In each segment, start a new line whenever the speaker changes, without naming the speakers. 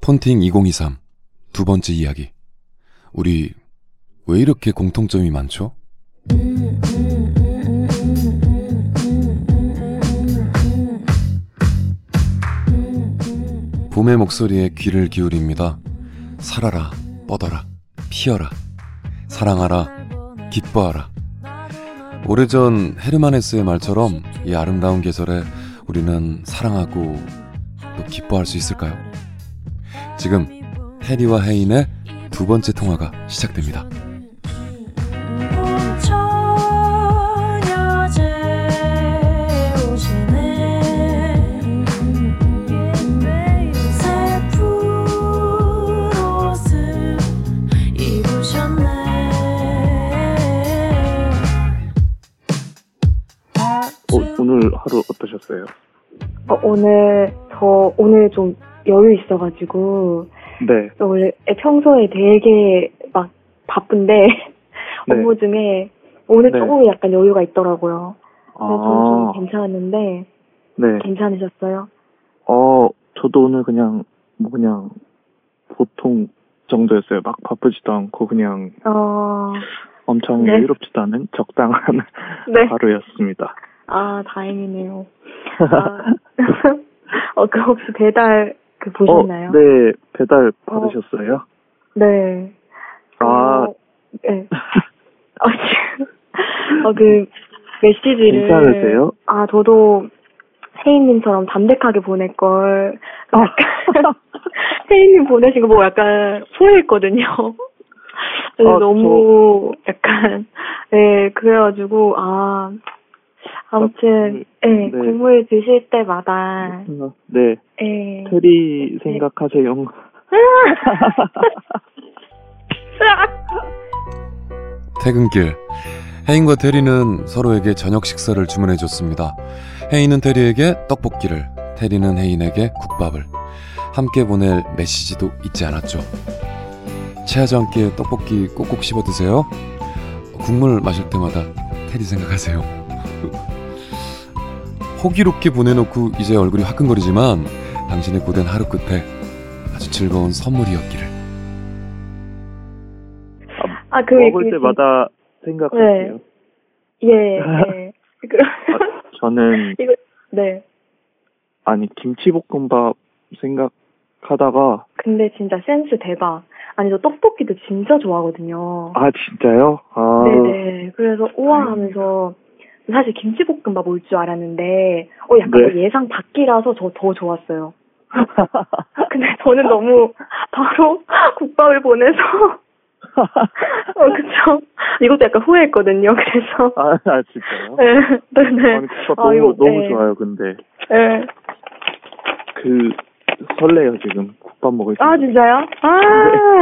폰팅 2023. 두 번째 이야기. 우리 왜 이렇게 공통점이 많죠? 봄의 목소리에 귀를 기울입니다. 살아라, 뻗어라, 피어라, 사랑하라, 기뻐하라. 오래전 헤르만헤스의 말처럼 이 아름다운 계절에 우리는 사랑하고 또뭐 기뻐할 수 있을까요? 지금 해리와 헤인의 두 번째 통화가 시작됩니다.
어, 오늘 하루 어떠셨어요?
어, 오늘 저 오늘 좀 여유 있어가지고
네.
저 원래 평소에 되게 막 바쁜데 업무 중에 오늘
네.
조금 약간 여유가 있더라고요. 그래서
아,
네, 좀 괜찮았는데
네.
괜찮으셨어요?
어, 저도 오늘 그냥, 뭐 그냥, 보통 정도였어요. 막 바쁘지도 않고, 그냥
어,
엄청
네.
여유롭지도 않은 적당한
네.
하루였습니다. 어,
아 다행이네요. 아, 어, 그 혹시 배달 그 보셨나요?
어, 네. 배달 받으셨어요?
네.
아,
어, 네. 어, 지금, 어, 그, 메시지를.
괜찮으세요?
아, 저도 혜인님처럼 담백하게 보낼 걸.
아.
약간, 혜인님 보내신 거 보고 약간 후회했거든요. 그래서
아,
너무 약간, 네, 그래가지고, 아, 아무튼, 예,
네.
국물 드실 때마다,
네.
예.
테리 생각하세요.
퇴근길. 혜인과 테리는 서로에게 저녁 식사를 주문해 줬습니다. 혜인은 테리에게 떡볶이를, 테리는 혜인에게 국밥을. 함께 보낼 메시지도 잊지 않았죠. 체하지 않게 떡볶이 꼭꼭 씹어 드세요. 국물 마실 때마다 테리 생각하세요. 호기롭게 보내놓고 이제 얼굴이 화끈거리지만 당신의 고된 하루 끝에 아주 즐거운 선물이었기를.
아, 그,
먹을
그, 네.
때마다 생각하세요.
예, 예. 그,
저는,
네.
아니, 김치볶음밥 생각하다가,
근데 진짜 센스 대박. 아니, 저 떡볶이도 진짜 좋아하거든요.
아, 진짜요? 아,
네네. 그래서 우와 하면서 사실 김치볶음밥 올 줄 알았는데 어
네.
약간 예상 밖이라서 저 더 좋았어요. 근데 저는 너무 바로 국밥을 보내서 어 그쵸 이것도 약간 후회했거든요. 그래서
아, 아, 진짜요?
네, 네네.
아니, 국밥
아,
너무,
이거,
너무
네.
좋아요, 근데.
네.
그, 설레요, 지금. 국밥 먹을 때.
아 진짜요? 아,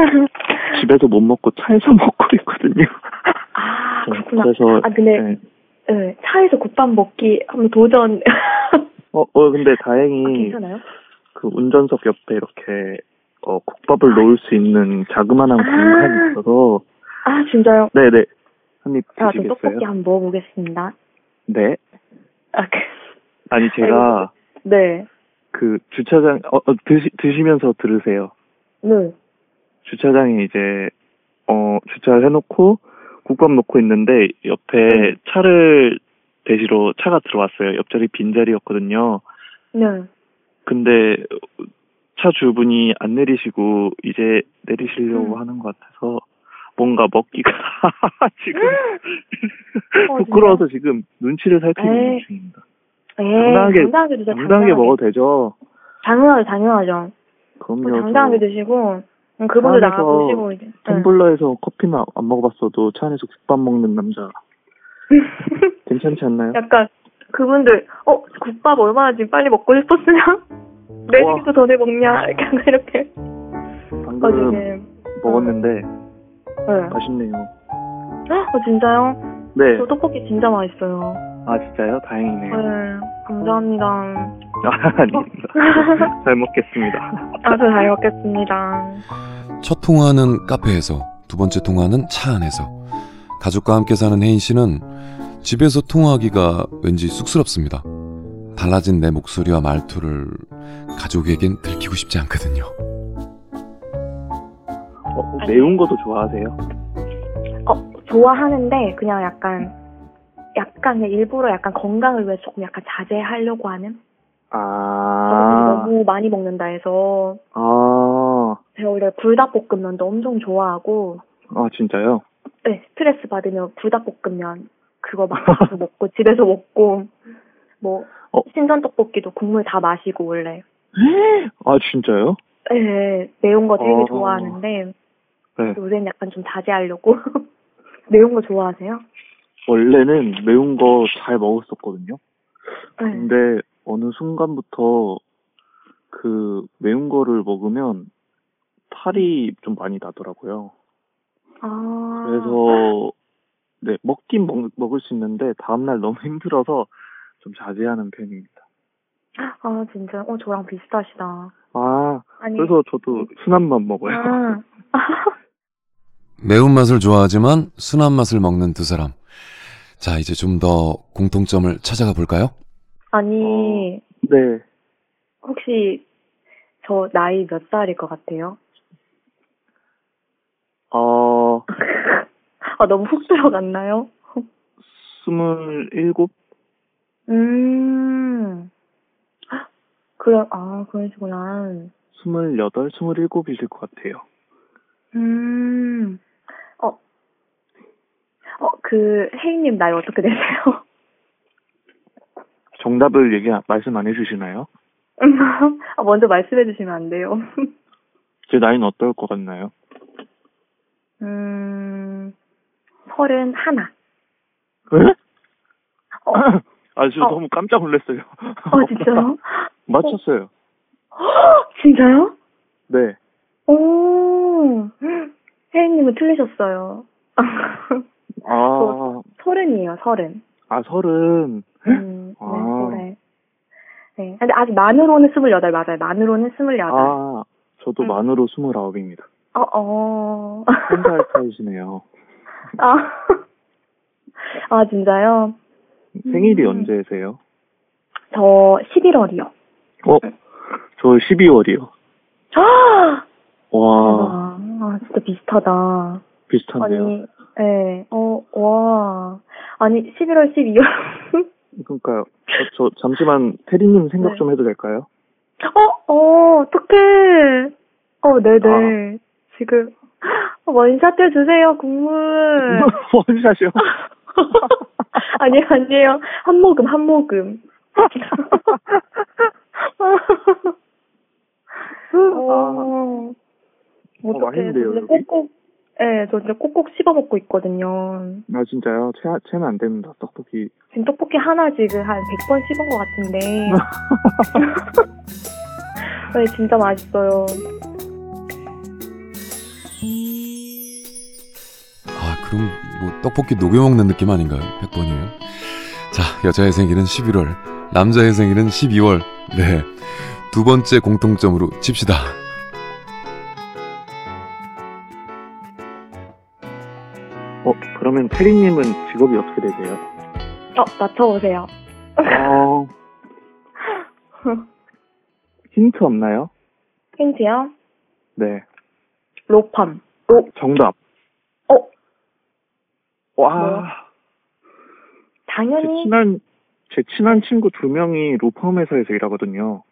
네. 집에서 못 먹고 차에서 먹고 있거든요.
아
네,
그렇구나.
그래서,
아 근데
네.
네, 차에서 국밥 먹기 한번 도전
어, 어, 근데
아,
다행히
괜찮아요?
그 운전석 옆에 이렇게, 어, 국밥을 놓을 수 있는 자그마한
아.
공간이 있어서,
아 진짜요?
네네. 한입
아, 저
드시겠어요?
떡볶이 한번 먹어보겠습니다.
네.
아, 그,
아니, 제가
네.
그 주차장, 어, 어, 드시, 드시면서 들으세요.
네.
주차장에 이제 어 주차를 해놓고 국밥 놓고 있는데 옆에 차를 대시로 차가 들어왔어요. 옆자리 빈자리였거든요.
네.
근데 차 주분이 안 내리시고 이제 내리시려고
음.
하는 것 같아서 뭔가 먹기가 지금
어,
부끄러워서 지금 눈치를 살피는
에이,
중입니다.
에이,
당당하게-
당당하게 드세요.
당당하게 먹어도 되죠.
당연하죠, 당연하죠. 뭐
그럼요.
당당하게
저
드시고, 음, 그분들
차 안에서
나가보시고, 이제. 네.
텀블러에서 커피는 안 먹어봤어도 차 안에서 국밥 먹는 남자 괜찮지 않나요?
약간, 그분들, 어, 국밥 얼마나 지금 빨리 먹고 네 싶었으냐? 내일부터 전에 먹냐? 이렇게, 하고 이렇게.
음.
어,
방금
지금.
먹었는데
네. 어,
맛있네요.
진짜요?
네.
저 떡볶이 진짜 맛있어요.
아 진짜요? 다행이네요.
네. 감사합니다.
아, 아닙니다. 잘 먹겠습니다.
아주 잘 먹겠습니다.
첫 통화는 카페에서, 두 번째 통화는 차 안에서. 가족과 함께 사는 혜인 씨는 집에서 통화하기가 왠지 쑥스럽습니다. 달라진 내 목소리와 말투를 가족에겐 들키고 싶지 않거든요.
아니.
어, 매운 것도 좋아하세요?
어, 좋아하는데 그냥 약간 약간 그냥 일부러 약간 건강을 위해 조금 약간 자제하려고 하는
아,
너무 많이 먹는다 해서
아,
제가 오히려 불닭볶음면도 엄청 좋아하고
아, 진짜요?
네, 스트레스 받으면 불닭볶음면 그거 막 가서 먹고 집에서 먹고 뭐
어.
신선 떡볶이도 국물 다 마시고 원래
아, 진짜요?
네, 매운 거 되게
어.
좋아하는데
네.
요새는 약간 좀 자제하려고 매운 거 좋아하세요? 네.
원래는 매운 거 잘 먹었었거든요.
네.
근데 어느 순간부터 그 매운 거를 먹으면 팔이 좀 많이 나더라고요.
아.
그래서 네, 먹긴 먹, 먹을 수 있는데 다음날 너무 힘들어서 좀 자제하는 편입니다.
아 진짜 어 저랑 비슷하시다.
아,
아니
그래서 저도 순한맛 먹어요.
네. 아,
매운맛을 좋아하지만 순한 맛을 먹는 두 사람. 자, 이제 좀 더 공통점을 찾아가 볼까요?
아니
네.
혹시 저 나이 몇 살일 것 같아요?
어,
아 너무 훅 들어갔나요?
스물일곱?
음 그럼 아 그러시구나.
스물여덟, 스물일곱이실 것 같아요.
음 어. 어 그 혜인님 나이 어떻게 되세요?
정답을 얘기, 말씀 안 해주시나요?
아, 먼저 말씀해 주시면 안 돼요.
제 나이는 어떨 것 같나요?
음 서른 하나.
에?
어,
아, 저
어.
너무 깜짝 놀랐어요.
어 진짜요?
맞췄어요.
진짜요?
네.
오, 혜인님은 틀리셨어요.
아,
서른이에요, 서른.
아, 서른.
음, 네,
아.
올해. 네, 근데 아직 만으로는 스물여덟 맞아요. 만으로는 스물여덟.
아, 저도
음.
만으로 스물아홉입니다.
어, 어.
혼자 할 타이시네요.
아. 아, 진짜요? 음.
생일이 언제세요?
저 11월이요.
어, 저 12월이요.
아,
와,
아, 진짜 비슷하다.
비슷한데요.
아니, 예, 네, 어, 와. 아니, 11월 12월.
그러니까요. 어, 저 잠시만 테리님 생각
네.
좀 해도 될까요?
어, 어, 어떡해. 어, 네네.
아.
지금. 어, 원샷 해주세요, 국물.
원샷이요.
아니, 아니에요. 한 모금, 한 모금. 어,
맛있는데요,
진짜
여기?
꼭꼭, 예, 저 진짜 꼭꼭 씹어 먹고 있거든요.
아 진짜요? 채, 채는 안 됩니다. 떡볶이.
지금 떡볶이 하나 지금 한 100번 씹은 것 같은데. 네, 진짜 맛있어요.
아, 그럼 뭐 떡볶이 녹여 먹는 느낌 아닌가요? 100번이에요. 자, 여자의 생일은 11월, 남자의 생일은 12월. 네. 두 번째 공통점으로 칩시다.
어 그러면 테리님은 직업이 어떻게 되세요?
어, 맞춰보세요.
어 힌트 없나요?
힌트요?
네.
로펌.
정답.
어?
와. 제
당연히
친한 제 친한 친구 두 명이 로펌 회사에서 일하거든요.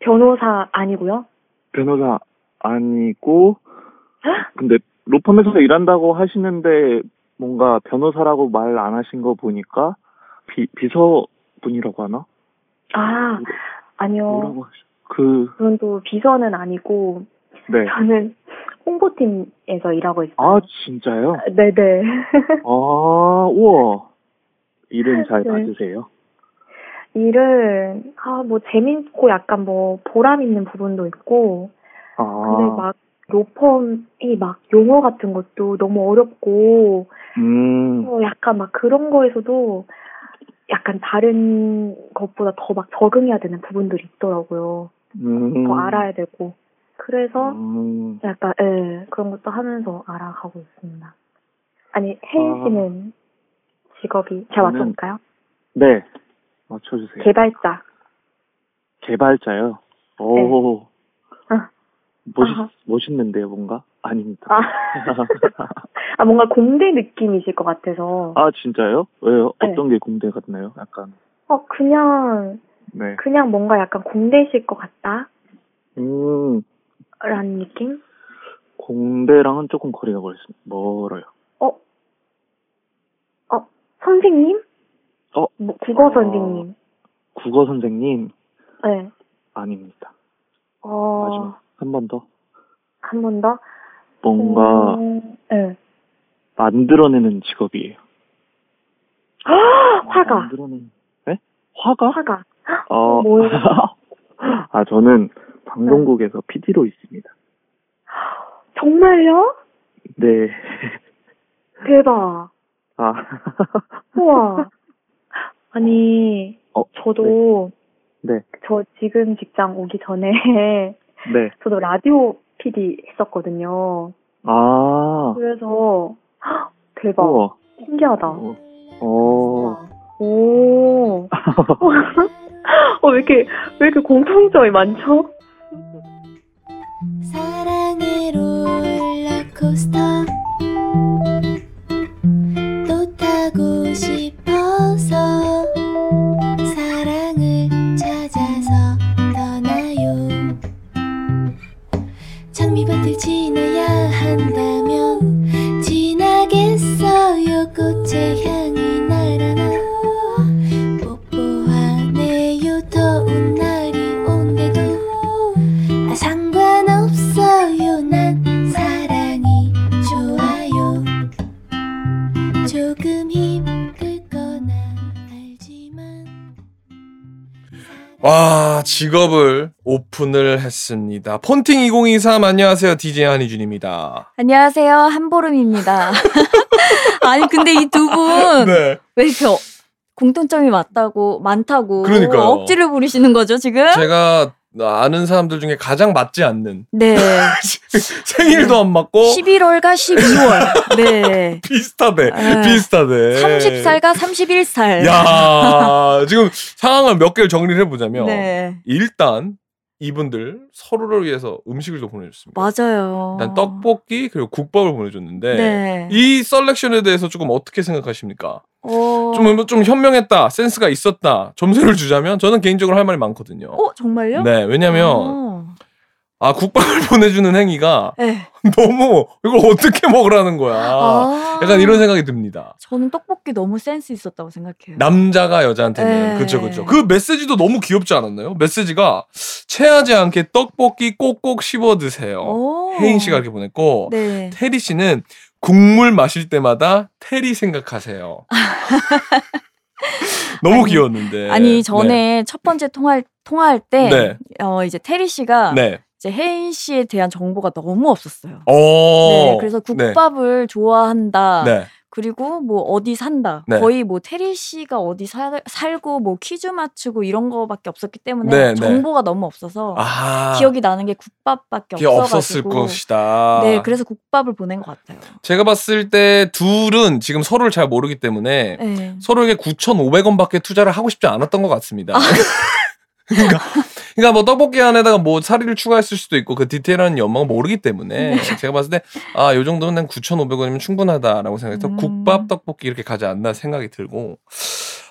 변호사 아니고요.
변호사 아니고 근데 로펌에서 일한다고 하시는데 뭔가 변호사라고 말 안 하신 거 보니까 비 비서분이라고 하나?
아, 아니요.
음. 뭐라고 하시? 그
저는 또 비서는 아니고
네.
저는 홍보팀에서 일하고 있어요.
아 진짜요?
네네.
아 우와 이름 잘
네.
맞으세요?
일은 아 뭐 재밌고 약간 뭐 보람 있는 부분도 있고
아
근데 막 로펌이 막 용어 같은 것도 너무 어렵고
음.
어, 약간 막 그런 거에서도 약간 다른 것보다 더 막 적응해야 되는 부분들이 있더라고요.
음.
더 알아야 되고 그래서
음.
약간 예 그런 것도 하면서 알아가고 있습니다. 아니 혜인
아.
씨는 직업이 제가
저는-
맞춰볼까요?
네 맞춰주세요.
개발자.
개발자요. 오.
네. 아.
멋있,
아하.
멋있는데요, 뭔가? 아닙니다.
아, 아, 뭔가 공대 느낌이실 것 같아서.
아, 진짜요? 왜요?
네.
어떤 게 공대 같나요? 약간,
어, 그냥,
네.
그냥 뭔가 약간 공대실 것 같다?
음,
라는 느낌?
공대랑은 조금 거리가 멀, 멀어요.
선생님?
어?
뭐, 국어
어.
선생님.
국어 선생님?
네.
아닙니다.
어,
마지막. 한 번 더.
한 번 더?
뭔가
음, 네.
만들어내는 직업이에요.
아, 화가.
만들어내는. 네? 화가?
화가.
어,
뭐예요?
아, 저는
네.
방송국에서 PD로 있습니다.
정말요?
네.
대박.
아,
우와. 아니,
어,
저도
네. 네.
저 지금 직장 오기 전에
네.
저도 라디오 PD 했었거든요.
아,
어. 그래서 헉, 대박.
우와.
신기하다.
어, 어.
오. 어, 왜 이렇게 왜 이렇게 공통점이 많죠?
사랑의 롤러코스터 또 타고 싶어서 사랑을 찾아서 떠나요 장미밭을 지나야 한다면 지나겠어요 꽃의 향이 날아나 뽀뽀하네요 더운 날이 온데도 아, 상관없어요 난 사랑이 좋아요 조금 힘들 거나 알지만
와 직업을 오픈을 했습니다. 폰팅 2023 안녕하세요 DJ 한희준입니다.
안녕하세요. 한보름입니다. 아니 근데 이 두 분 왜
네.
이렇게 어- 공통점이 맞다고 많다고
그러니까요.
억지를 부리시는 거죠, 지금?
제가 아는 사람들 중에 가장 맞지 않는
네.
생일도 안 맞고
11월과 12월. 네.
비슷하대
네.
비슷하대.
30살과 31살.
야 지금 상황을 몇 개를 정리를 해보자면
네.
일단 이분들 서로를 위해서 음식을 또 보내줬습니다.
맞아요.
일단 떡볶이 그리고 국밥을 보내줬는데
네.
이 셀렉션에 대해서 조금 어떻게 생각하십니까?
어...
좀, 뭐, 좀 현명했다, 센스가 있었다, 점수를 주자면 저는 개인적으로 할 말이 많거든요.
어, 정말요?
네, 왜냐면,
어.
아, 국밥을 보내주는 행위가
네.
너무, 이걸 어떻게 먹으라는 거야.
아.
약간 이런 생각이 듭니다.
저는 떡볶이 너무 센스 있었다고 생각해요.
남자가 여자한테는.
네.
그쵸, 그쵸. 그 메시지도 너무 귀엽지 않았나요? 메시지가, 체하지 않게 떡볶이 꼭꼭 씹어 드세요.
오.
혜인 씨가 이렇게 뭐 보냈고,
네.
테리 씨는 국물 마실 때마다 테리 생각하세요. 너무
아니,
귀여웠는데.
아니 전에 첫 번째 통화 통화할 때
네.
어, 이제 테리 씨가
네.
이제 혜인 씨에 대한 정보가 너무 없었어요.
어.
네, 그래서 국밥을 좋아한다.
네.
그리고 뭐 어디 산다.
네.
거의 뭐 테리 씨가 어디 살, 살고 뭐 퀴즈 맞추고 이런 거밖에 없었기 때문에
네, 네.
정보가 너무 없어서
아.
기억이 나는 게 국밥밖에
기억 없었을
없어가지고.
것이다.
네, 그래서 국밥을 보낸 것 같아요.
제가 봤을 때 둘은 지금 서로를 잘 모르기 때문에
네.
서로에게 9,500원밖에 투자를 하고 싶지 않았던 것 같습니다.
아.
그러니까, 그러니까 뭐 떡볶이 안에다가 뭐 사리를 추가했을 수도 있고 그 디테일한 연망을 모르기 때문에
네.
제가 봤을 때 아 요 정도면 난 9,500원이면 충분하다라고 생각해서
음.
국밥 떡볶이 이렇게 가지 않나 생각이 들고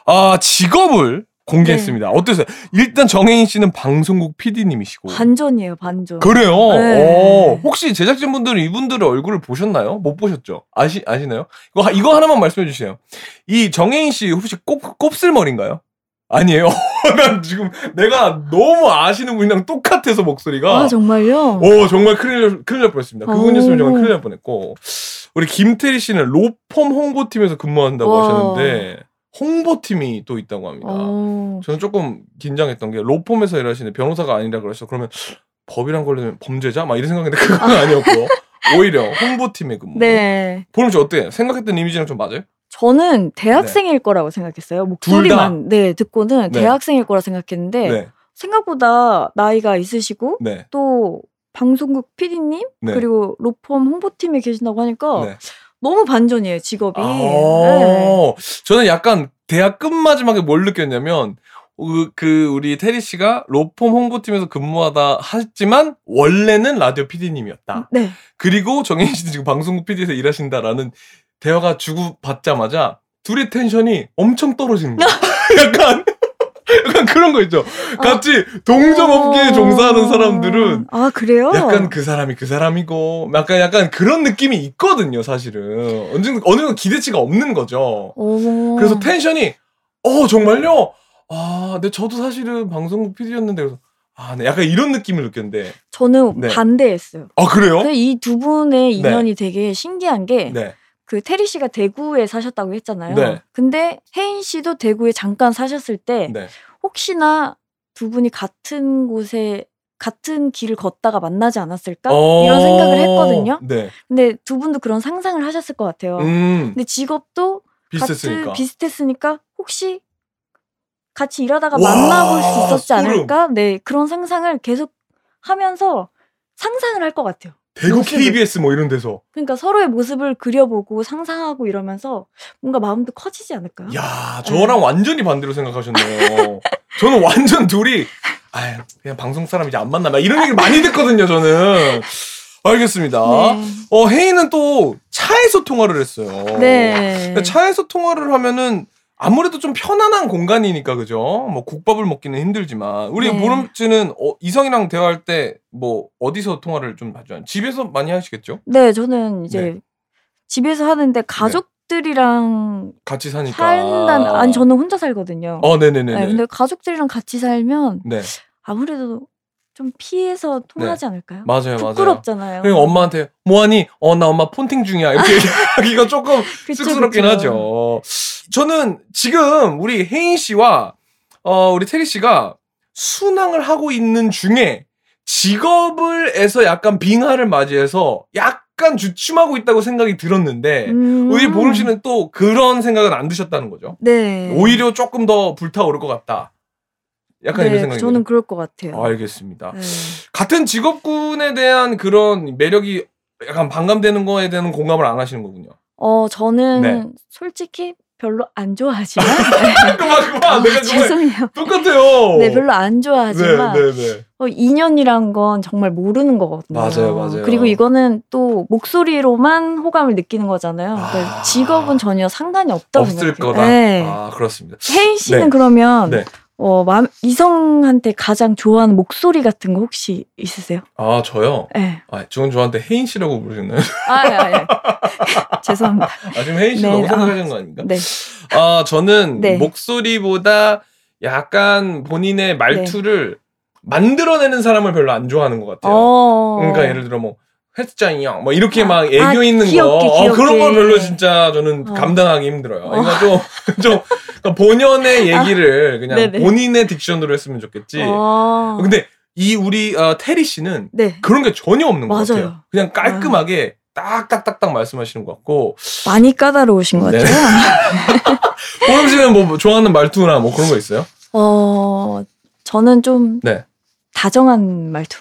아 직업을 공개했습니다.
네.
어땠어요? 일단 정혜인 씨는 방송국
아,
PD님이시고
반전이에요, 반전.
그래요.
네.
어, 혹시 제작진 분들은 이분들의 얼굴을 보셨나요? 못 보셨죠? 아시 아시나요? 이거 하- 이거 하나만 말씀해 주세요. 이 정혜인 씨 혹시 꼽 꼽슬머리인가요? 아니에요. 난 지금 내가 너무 아시는 분이랑 똑같아서 목소리가.
아, 정말요?
오 정말 큰일 날- 큰일 날 뻔했습니다. 그분
오.
이었으면 정말 큰일 날 뻔했고 우리 김태리 씨는 로펌 홍보팀에서 근무한다고
와.
하셨는데 홍보팀이 또 있다고 합니다.
어.
저는 조금 긴장했던 게 로펌에서 일하시는 변호사가 아니라 그래서 그러면 법이랑 걸리면 범죄자 막 이런 생각했는데 그건 아니었고 오히려 홍보팀의 근무.
네.
보름 씨 어때요? 생각했던 이미지랑 좀 맞아요? 네.
저는 대학생일 거라고 생각했어요. 목소리만 네 듣고는
네.
대학생일 거라 생각했는데
네,
생각보다 나이가 있으시고
네,
또 방송국 PD님
네.
그리고 로펌 홍보팀에 계신다고 하니까
네.
너무 반전이에요 직업이.
아,
네.
저는 약간 대학 끝 마지막에 뭘 느꼈냐면 그, 그 우리 테리 씨가 로펌 홍보팀에서 근무하다 하지만 원래는 라디오 PD님이었다.
네.
그리고 정혜인 씨도 지금 방송국 PD에서 일하신다라는 대화가 주고받자마자 둘의 텐션이 엄청 떨어지는 거야. 약간 약간 그런 거 있죠. 같이 그러니까 동정업계에
아. 어.
종사하는 사람들은
아 그래요?
약간 그 사람이 그 사람이고 약간 약간 그런 느낌이 있거든요, 사실은. 어느 정도- 어느 정도 기대치가 없는 거죠.
오.
그래서 텐션이 어 정말요? 아, 근데 저도 사실은 방송국 PD였는데 그래서 아, 네, 약간 이런 느낌을 느꼈는데.
저는
네.
반대했어요.
아 그래요?
근데 이 두 분의 인연이 되게 신기한 게 그
네.
테리 씨가 대구에 사셨다고 했잖아요.
네.
근데 혜인 씨도 대구에 잠깐 사셨을 때
네.
혹시나 두 분이 같은 곳에 같은 길을 걷다가 만나지 않았을까
어,
이런 생각을 했거든요.
네.
근데 두 분도 그런 상상을 하셨을 것 같아요.
음.
근데 직업도
비슷했으니까.
같은 비슷했으니까 혹시 같이 일하다가
와,
만나볼 수 있었지
소름.
않을까? 네 그런 상상을 계속 하면서 상상을 할 것 같아요.
대구
모습을.
KBS 뭐 이런 데서.
그러니까 서로의 모습을 그려보고 상상하고 이러면서 뭔가 마음도 커지지 않을까요?
야,
네.
저랑 완전히 반대로 생각하셨네요. 저는 완전 둘이 아, 그냥 방송 사람 이제 안 만나. 막 이런 얘기를 많이 듣거든요, 저는. 알겠습니다. 어, 혜인은 또 차에서 통화를 했어요.
네.
그러니까 차에서 통화를 하면은 아무래도 좀 편안한 공간이니까 그죠? 뭐 국밥을 먹기는 힘들지만 우리
네.
보름 씨는 어, 이성이랑 대화할 때 뭐 어디서 통화를 좀 하죠? 집에서 많이 하시겠죠?
네, 저는 이제
네.
집에서 하는데 가족들이랑
같이 사니까.
산다는 아니 저는 혼자 살거든요.
그러니까. 어, 네네네.
네,
네.
근데 가족들이랑 같이 살면
네.
아무래도 좀 피해서 통화하지 않을까요?
맞아요, 맞아요.
부끄럽잖아요.
그리고 엄마한테 뭐하니? 어 나 엄마 폰팅 중이야 이렇게 얘기하기가 조금
그쵸,
쑥스럽긴
그쵸.
하죠. 저는 지금 우리 혜인 씨와 어, 우리 테리 씨가 순항을 하고 있는 중에 직업을 해서 약간 빙하를 맞이해서 약간 주춤하고 있다고 생각이 들었는데
음.
우리 보름 씨는 또 그런 생각은 안 드셨다는 거죠.
네.
오히려 조금 더 불타오를 것 같다. 약간
네,
이런 생각이
저는 그럴 것 같아요.
알겠습니다.
네.
같은 직업군에 대한 그런 매력이 약간 반감되는 거에 대한 공감을 안 하시는 거군요.
어, 저는
네.
솔직히 별로 안 좋아하지만
그만 그만 내가
아,
정말
죄송해요.
똑같아요.
네, 별로 안 좋아하지만
네, 네, 네.
어, 인연이란 건 정말 모르는 거거든요.
맞아요, 맞아요.
그리고 이거는 또 목소리로만 호감을 느끼는 거잖아요. 그러니까
아.
직업은 전혀 상관이 없다고
없을
생각해요.
거다.
네.
아 그렇습니다.
혜인 씨는
네.
그러면
네.
어, 마- 이성한테 가장 좋아하는 목소리 같은 거 혹시 있으세요?
아 저요.
네.
아 저는 저한테 혜인 씨라고 부르셨나요?
아, 아, 예. 죄송합니다.
아 지금 혜인 씨
네,
너무
아.
생각하시는 거 아닙니까?
네.
아 저는
네.
목소리보다 약간 본인의 말투를
네.
만들어내는 사람을 별로 안 좋아하는 것 같아요.
어.
그러니까 예를 들어 뭐 헬스장이요. 뭐 이렇게
아,
막 애교
아,
있는
귀엽게,
거. 어, 그런
귀엽게.
건 별로 진짜 저는
어.
감당하기 힘들어요.
어. 아.
이거 좀, 좀 그러니까 본연의 얘기를 그냥
네네.
본인의 딕션으로 했으면 좋겠지.
어.
근데 이 우리 어, 테리 씨는
네.
그런 게 전혀 없는 것
맞아요.
같아요. 그냥 깔끔하게 딱딱딱딱 말씀하시는 것 같고
많이 까다로우신 것
네.
같아요.
보름 씨는 뭐 좋아하는 말투나 뭐 그런 거 있어요?
어, 저는 좀
네. 아,
다정한 말투.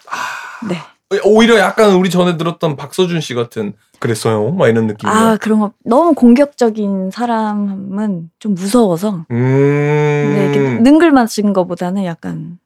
네.
오히려 약간 우리 전에 들었던 박서준 씨 같은 그랬어요. 막 이런 느낌이에요.
아, 그런 거 너무 공격적인 사람은 좀 무서워서
음. 어,
네, 이렇게 능글맞은 거보다는 약간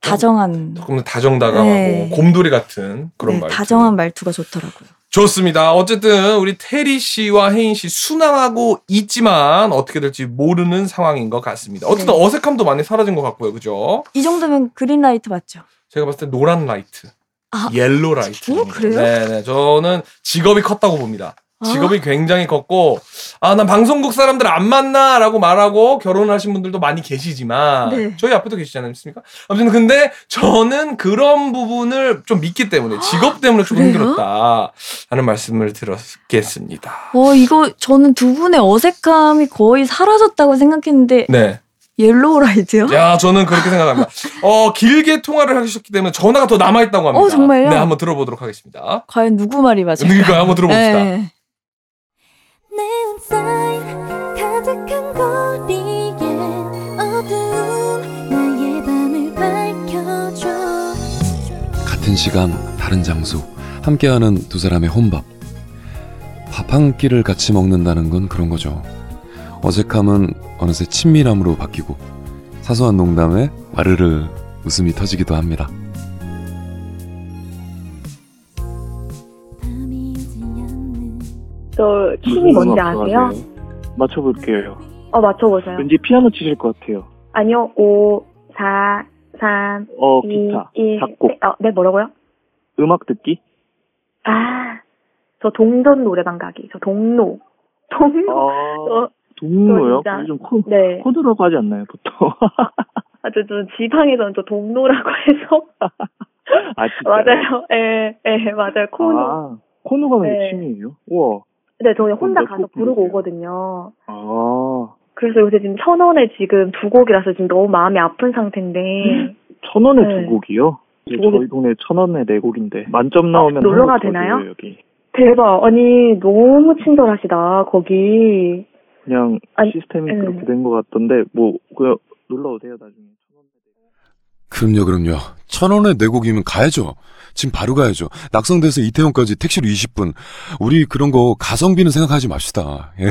다정한
조금 다정다감하고
네.
곰돌이 같은 그런
네,
말투.
다정한 말투가 좋더라고요.
좋습니다. 어쨌든 우리 테리 씨와 혜인 씨 순항하고 있지만 어떻게 될지 모르는 상황인 것 같습니다. 어쨌든
네.
어색함도 많이 사라진 것 같고요. 그죠?
이 정도면 그린라이트 맞죠?
제가 봤을 때 노란 라이트,
아.
옐로 라이트.
어, 그래요?
네, 네. 저는 직업이 컸다고 봅니다.
아.
직업이 굉장히 컸고 아 난 방송국 사람들 안 만나라고 말하고 결혼하신 분들도 많이 계시지만
네.
저희 앞에도 계시지 않습니까? 아무튼 근데 저는 그런 부분을 좀 믿기 때문에 직업 때문에 좀
그래요?
힘들었다 하는 말씀을 드렸겠습니다.
어, 이거 저는 두 분의 어색함이 거의 사라졌다고 생각했는데
네.
옐로우 라이트요?
야, 저는 그렇게 생각합니다. 어, 길게 통화를 하셨기 때문에 전화가 더 남아 있다고 합니다.
어, 정말요?
네, 한번 들어보도록 하겠습니다.
과연 누구 말이 맞을까요?
그러니까 한번 들어봅시다.
네.
네온 사인 가득한 거리에 어두운 나의 밤을 밝혀줘
같은 시간 다른 장소 함께하는 두 사람의 혼밥 밥 한 끼를 같이 먹는다는 건 그런 거죠 어색함은 어느새 친밀함으로 바뀌고 사소한 농담에 와르르 웃음이 터지기도 합니다.
밤이 오지 않는
저
무슨
춤이 뭔지
음악
아세요?
좋아하세요? 맞춰볼게요.
어, 맞춰보세요.
왠지 피아노 치실 것 같아요.
아니요, 5, 4, 3,
어,
2,
기타.
1.
작곡.
네, 어, 네, 뭐라고요?
음악 듣기?
아, 저 동전 노래방 가기. 저 동노. 동노.
아,
저,
동료요?
어, 진짜-
요즘 코,
네.
코드라고 하지 않나요, 보통?
아, 저, 저 지방에서는 저 동노라고 해서.
아, 진짜.
맞아요. 예, 예, 맞아요. 코노.
아, 코노가 왜
네.
취미예요? 우와.
네, 저는 혼자
혼자
가서
꼭
부르고
부르세요.
오거든요.
아,
그래서 요새 지금 천원에 지금 두 곡이라서 지금 너무 마음이 아픈
음.
상태인데.
천 원에
네.
두 곡이요? 네,
두 곡이-
저희 동네 천 원에 네 곡인데. 만점 나오면.
아, 놀러가
한곡더
되나요?
줘요, 여기.
대박. 아니, 너무 친절하시다, 거기.
그냥
아니,
시스템이
네.
그렇게 된 것 같던데, 뭐, 그냥 놀러 오세요, 나중에. 천 원에 네 곡.
그럼요, 그럼요. 천 원에 네 곡이면 가야죠. 지금 바로 가야죠. 낙성대에서 이태원까지 택시로 20분. 우리 그런 거 가성비는 생각하지 맙시다. 예.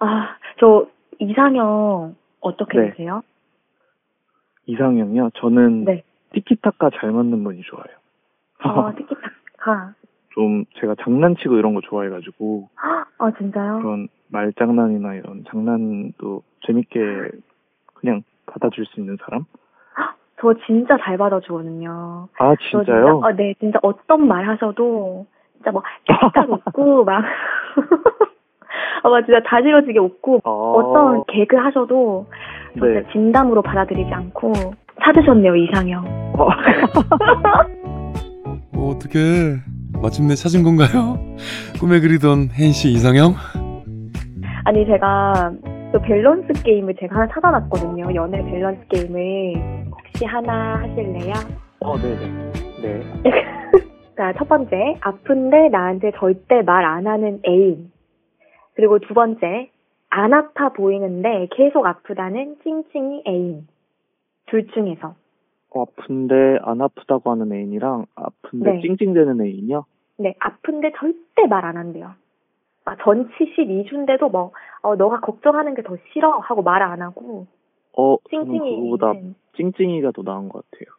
아, 저 이상형 어떻게
네.
되세요?
이상형이요? 저는
네.
티키타카 잘 맞는 분이 좋아요.
아, 티키타카.
좀 제가 장난치고 이런 거 좋아해가지고
아, 진짜요?
그런 말장난이나 이런 장난도 재밌게 그냥 받아줄 수 있는 사람?
저 진짜 잘 받아주거든요.
아
저
진짜요?
진짜, 어, 네, 진짜 어떤 말 하셔도 진짜 막 깍깍 웃고 막. 아, 막 진짜 다지러지게 웃고
아,
어떤 개그 하셔도
네.
진짜 진담으로 받아들이지 않고 찾으셨네요 이상형.
뭐 어떻게 마침내 찾은 건가요? 꿈에 그리던 혜인 씨 이상형?
아니 제가 그 밸런스 게임을 제가 하나 찾아놨거든요 연애 밸런스 게임을 혹시 하나 하실래요?
어, 네네. 네.
자, 첫 번째 아픈데 나한테 절대 말 안 하는 애인. 그리고 두 번째 안 아파 보이는데 계속 아프다는 찡찡이 애인. 둘 중에서
어, 아픈데 안 아프다고 하는 애인이랑 아픈데
네.
찡찡대는 애인이요?
네, 아픈데 절대 말 안 한대요. 막 전치 12주인데도 뭐, 어, 너가 걱정하는 게 더 싫어 하고 말 안 하고,
어, 저는
찡찡이. 네.
그거보다
있는.
찡찡이가 더 나은 것 같아요.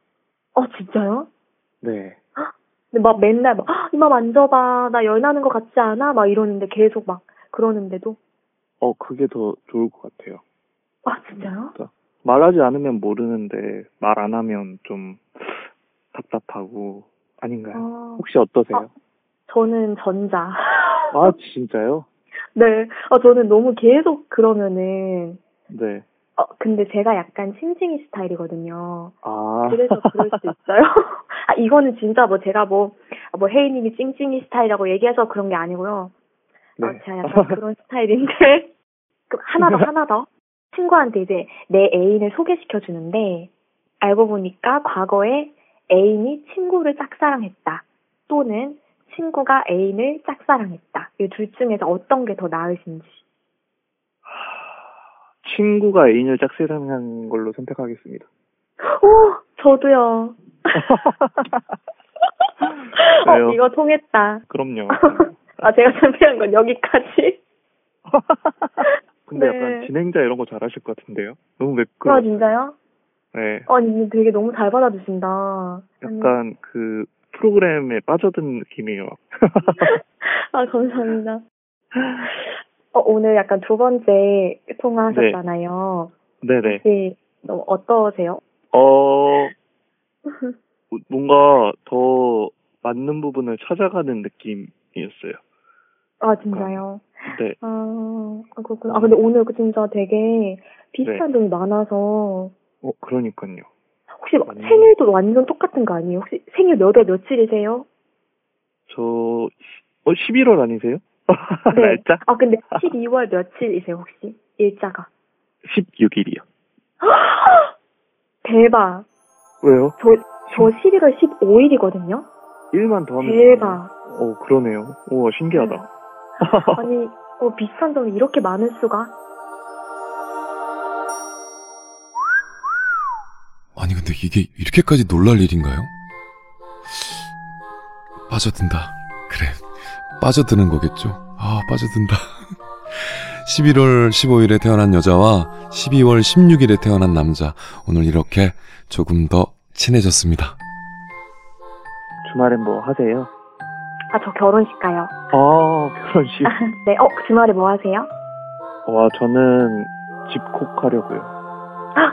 어, 진짜요?
네.
근데 막 맨날 막, "헉, 이마 만져봐. 나 열나는 것 같지 않아? 막 이러는데 계속 막 그러는데도.
어, 그게 더 좋을 것 같아요.
아, 진짜요?
말하지 않으면 모르는데 말 안 하면 좀 답답하고 아닌가요?
어,
혹시 어떠세요?
저는 전자. 어.
아 진짜요?
네. 아, 저는 너무 계속 그러면은,
네.
어, 근데 제가 약간 싱싱이 스타일이거든요.
아
그래서 그럴 수 있어요. 아, 이거는 진짜 뭐 제가 뭐, 뭐 혜인님이 찡찡이 스타일이라고 얘기해서 그런 게 아니고요. 어,
네.
제가 약간 그런 스타일인데. 그럼 하나 더, 하나 더. 친구한테 이제 내 애인을 소개시켜 주는데, 알고 보니까 과거에 애인이 친구를 짝사랑했다. 또는 친구가 애인을 짝사랑했다. 이 둘 중에서 어떤 게 더 나으신지.
친구가 애인을 짝사랑한 걸로 선택하겠습니다.
오! 어, 저도요.
왜요?
어, 이거 통했다.
그럼요.
아, 제가 준비한 건 여기까지.
근데
네.
약간 진행자 이런 거 잘하실 것 같은데요? 너무 매끄러.
아, 진짜요?
네.
아니, 근데 되게 너무 잘 받아주신다. 아니,
약간 그 프로그램에 빠져든 느낌이에요.
아, 감사합니다. 어, 오늘 약간 두 번째 통화하셨잖아요.
네네.
네. 너무 어떠세요?
어 뭔가 더 맞는 부분을 찾아가는 느낌이었어요.
아, 진짜요?
네. 음.
아, 아, 그렇구나. 아, 근데 오늘 진짜 되게
네.
비슷한 점이 많아서.
어 그러니까요.
혹시 막
음.
생일도 완전 똑같은 거 아니에요? 혹시 생일 몇월 며칠이세요?
저, 어, 11월 아니세요?
네.
날짜?
아, 근데 12월 며칠이세요, 혹시? 일자가.
16일이요.
대박.
왜요?
저 11월 15일이거든요?
1만 더 하면.
대박.
되나요?
음.
어, 그러네요. 우와, 신기하다.
아니, 어, 비슷한 점이 이렇게 많을 수가.
아니 근데 이게 이렇게까지 놀랄 일인가요? 빠져든다. 그래. 빠져드는 거겠죠. 아, 빠져든다. 11월 15일에 태어난 여자와 12월 16일에 태어난 남자. 오늘 이렇게 조금 더 친해졌습니다.
주말엔 뭐 하세요?
아, 저 결혼식 가요.
아, 결혼식.
네, 어, 주말에 뭐 하세요?
와, 저는 집콕 하려고요.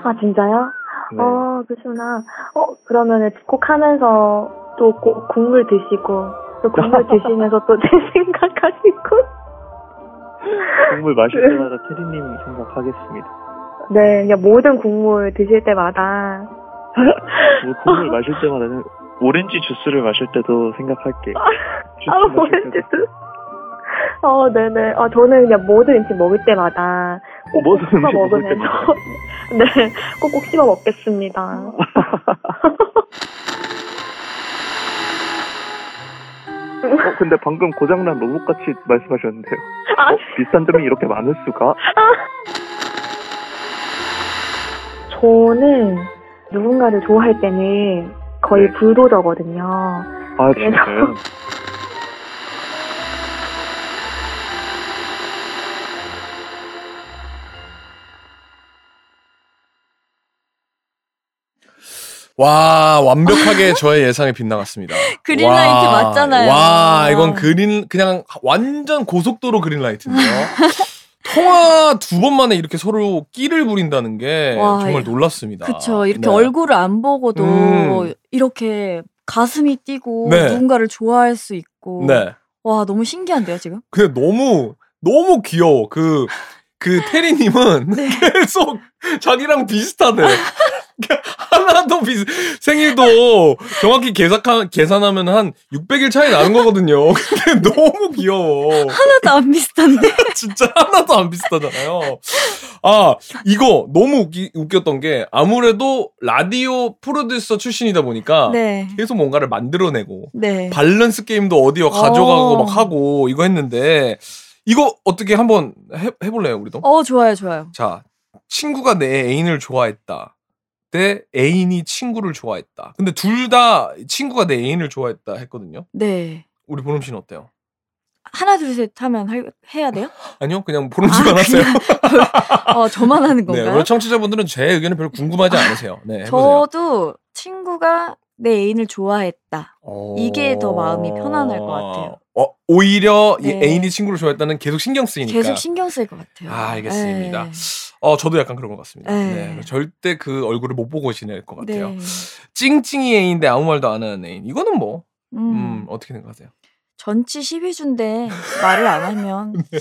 아, 진짜요?
네.
어, 그러시구나. 어, 그러면은 꼭 하면서 또 꼭 국물 드시고, 또 국물 드시면서 또 제 생각하시고.
국물 마실 때마다 테리님 생각하겠습니다.
네, 그냥 모든 국물 드실 때마다.
뭐 국물 마실 때마다 는 오렌지 주스를 마실 때도 생각할게. 주스
아,
마실 때도.
오렌지 드 어, 네네. 어, 저는 그냥 모든 음식 먹을 때마다 꼭꼭
모든
씹어
뭐 음식 먹을
먹으면서. 네, 꼭꼭 씹어 먹겠습니다.
어, 근데 방금 고장난 로봇같이 말씀하셨는데요.
아.
어, 비슷한 점이 이렇게 많을 수가?
저는 누군가를 좋아할 때는 거의
네.
불도저거든요.
아,
네.
진짜요?
와 완벽하게 저의 예상에 빗나갔습니다.
그린라이트
와,
맞잖아요.
와 이건 그린 그냥 완전 고속도로 그린라이트인데요. 통화 두 번 만에 이렇게 서로 끼를 부린다는 게
와, 예.
정말 놀랐습니다.
그쵸. 이렇게
네.
얼굴을 안 보고도
음.
이렇게 가슴이 뛰고
네.
누군가를 좋아할 수 있고.
네.
와 너무 신기한데요 지금?
근데 너무 너무 귀여워. 그 그 테리님은
네.
계속 자기랑 비슷하대. 하나도 비슷, 생일도 정확히 계산하, 계산하면 한 600일 차이 나는 거거든요. 근데 너무 귀여워.
하나도 안 비슷한데.
진짜 하나도 안 비슷하잖아요. 아, 이거 너무 웃기, 웃겼던 게 아무래도 라디오 프로듀서 출신이다 보니까
네.
계속 뭔가를 만들어내고
네.
밸런스 게임도 어디어 가져가고
어.
막 하고 이거 했는데 이거 어떻게 한번 해, 해볼래요, 우리도?
어 좋아요 좋아요.
자, 친구가 내 애인을 좋아했다. 대 애인이 친구를 좋아했다. 근데 둘 다 친구가 내 애인을 좋아했다 했거든요.
네.
우리 보름 씨는 어때요?
하나 둘 셋 하면 할- 해야 돼요?
아니요, 그냥 보름 씨만 하세요.
그냥- 어 저만
네,
하는 건가요?
우리 청취자분들은 제 의견은 별로 궁금하지 않으세요. 네, 해보세요.
저도 친구가 내 애인을 좋아했다. 이게 더 마음이 편안할 것 같아요.
어, 오히려 이
네.
애인이 친구를 좋아했다는 계속 신경 쓰이니까.
계속 신경 쓸 것 같아요.
그러니까. 아, 알겠습니다.
네.
어, 저도 약간 그런 것 같습니다.
네.
네, 절대 그 얼굴을 못 보고 지낼 것 같아요.
네.
찡찡이 애인데 아무 말도 안 하는 애인. 이거는 뭐,
음.
음, 어떻게 생각하세요?
전치 12주인데 말을 안 하면
네.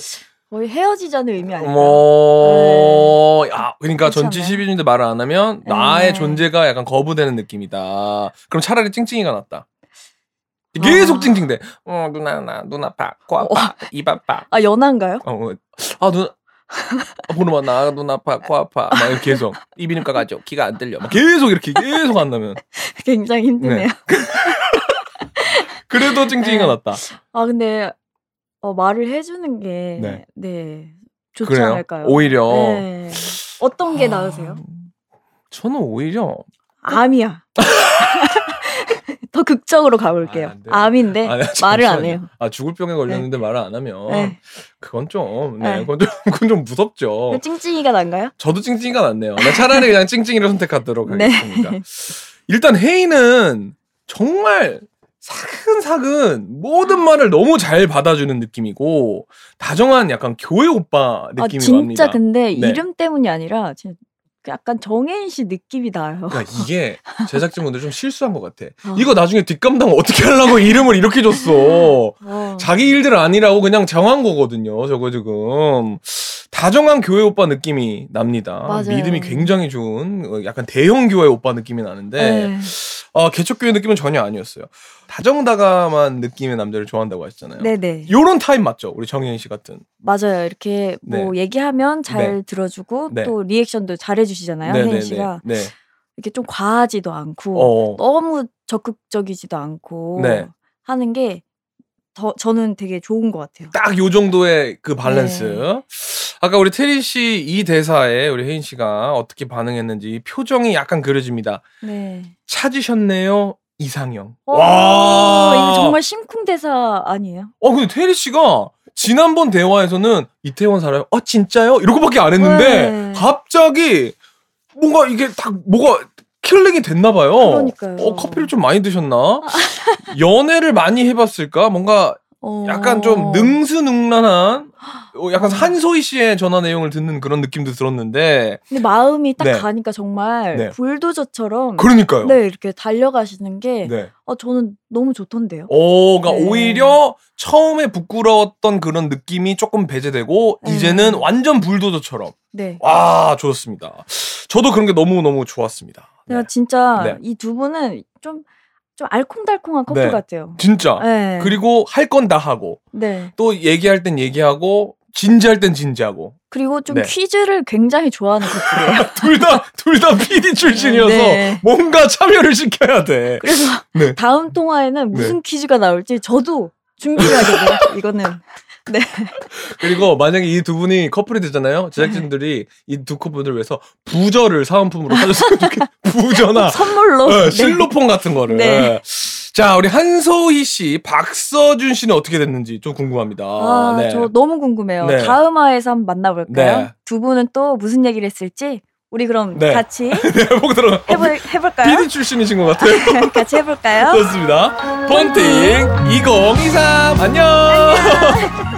거의 헤어지자는 의미 아닐까?
뭐. 어머, 아, 그러니까 전치
네. 그렇지
12주인데 말을 안 하면 나의
네.
존재가 약간 거부되는 느낌이다. 그럼 차라리 찡찡이가 낫다.
아.
계속 찡찡대. 어, 누나, 나, 눈 아파, 코
어.
아파, 입 아파.
아 연한가요?
어, 어, 아, 눈, 아, 보름아, 나, 눈 아파, 코 아파. 막 이렇게 계속. 이비인후과 가죠. 귀가 안 들려. 막 계속 이렇게, 계속 한다면.
굉장히 힘드네요.
그래도 찡찡이가
네.
낫다.
아 근데 어, 말을 해주는 게
네.
네. 좋지
그래요.
않을까요?
오히려.
네. 어떤 게
아,
나으세요?
저는 오히려
암이야. 더 극적으로 가볼게요.
아, 안 돼요.
암인데
아, 네,
말을 안
잠시만요. 어,
해요.
아 죽을 병에 걸렸는데 말을 안 하면
네.
그건 좀, 네,
네.
그건 좀, 그건 좀 무섭죠.
찡찡이가 난가요? 아,
저도 찡찡이가 낫네요. 나 차라리 그냥 찡찡이를 선택하도록
네.
하겠습니다. 일단 헤이는 정말 사근사근 모든 말을 너무 잘 받아주는 느낌이고 다정한 약간 교회 오빠
아
느낌이
진짜
납니다.
근데
네.
이름 때문이 아니라 진짜 약간 정혜인 씨 느낌이 나요.
그러니까 이게 제작진분들 좀 실수한 것 같아.
어.
이거 나중에 뒷감당 어떻게 하려고 이름을 이렇게 줬어.
어.
네. 자기 일들 아니라고 그냥 정한 거거든요. 저거 지금 다정한 교회 오빠 느낌이 납니다.
맞아요.
믿음이 굉장히 좋은 어, 약간 대형 교회 오빠 느낌이 나는데
네.
어, 개척교회 느낌은 전혀 아니었어요. 다정다감한 느낌의 남자를 좋아한다고 하셨잖아요.
네네
요런 타입 맞죠? 우리 정혜인 씨 같은.
맞아요 이렇게
네.
뭐 얘기하면 잘 들어주고
네.
또 리액션도 잘해주시잖아요 혜인 씨가
네.
이렇게 좀 과하지도 않고
어.
너무 적극적이지도 않고
네.
하는 게 더, 저는 되게 좋은 것 같아요.
딱 요 정도의 그 밸런스.
네.
아까 우리 테리 씨 이 대사에 우리 혜인 씨가 어떻게 반응했는지 표정이 약간 그려집니다.
네.
찾으셨네요. 이상형.
어, 이거 정말 심쿵 대사 아니에요?
어, 근데 테리 씨가 지난번 대화에서는 이태원 사람, 아, 진짜요? 이러고밖에 안 했는데,
네.
갑자기 뭔가 이게 딱 뭐가 킬링이 됐나 봐요.
그러니까요.
어, 커피를 좀 많이 드셨나? 연애를 많이 해봤을까? 뭔가
어.
약간 좀 능수능란한, 어, 약간 한소희 씨의 전화 내용을 듣는 그런 느낌도 들었는데,
근데 마음이 딱
네.
가니까 정말
네.
불도저처럼
그러니까요.
네 이렇게 달려가시는 게
네.
어, 저는 너무 좋던데요.
오, 그러니까
네.
오히려 처음에 부끄러웠던 그런 느낌이 조금 배제되고
네.
이제는 완전 불도저처럼
네.
와 좋습니다. 저도 그런 게 너무 너무 좋았습니다. 네.
내가 진짜
네.
이 두 분은 좀, 좀 알콩달콩한 커플
네.
같아요.
진짜
네.
그리고 할 건 다 하고
네.
또 얘기할 땐 얘기하고 진지할 땐 진지하고
그리고 좀
네.
퀴즈를 굉장히 좋아하는 커플이에요.
둘 다 둘 다 PD 출신이어서
네.
뭔가 참여를 시켜야 돼.
그래서
네.
다음 통화에는 무슨 퀴즈가 나올지 저도 준비해야 되고 이거는
그리고 만약에 이 두 분이 커플이 되잖아요. 제작진들이 이 두 커플들 위해서 부저를 사은품으로 사줬으면 좋겠. 부저나
선물로
네,
네.
실로폰 같은 거를.
네.
자, 우리 한소희 씨, 박서준 씨는 어떻게 됐는지 좀 궁금합니다.
아, 저 너무 궁금해요.
네.
다음 화에서 한번 만나볼까요?
네.
두 분은 또 무슨 얘기를 했을지 우리 그럼
네.
같이
네, 보고 들어. 어,
해볼 해볼까요?
PD 출신이신 것 같아요.
같이 해볼까요?
좋습니다. 펀팅 2023 안녕.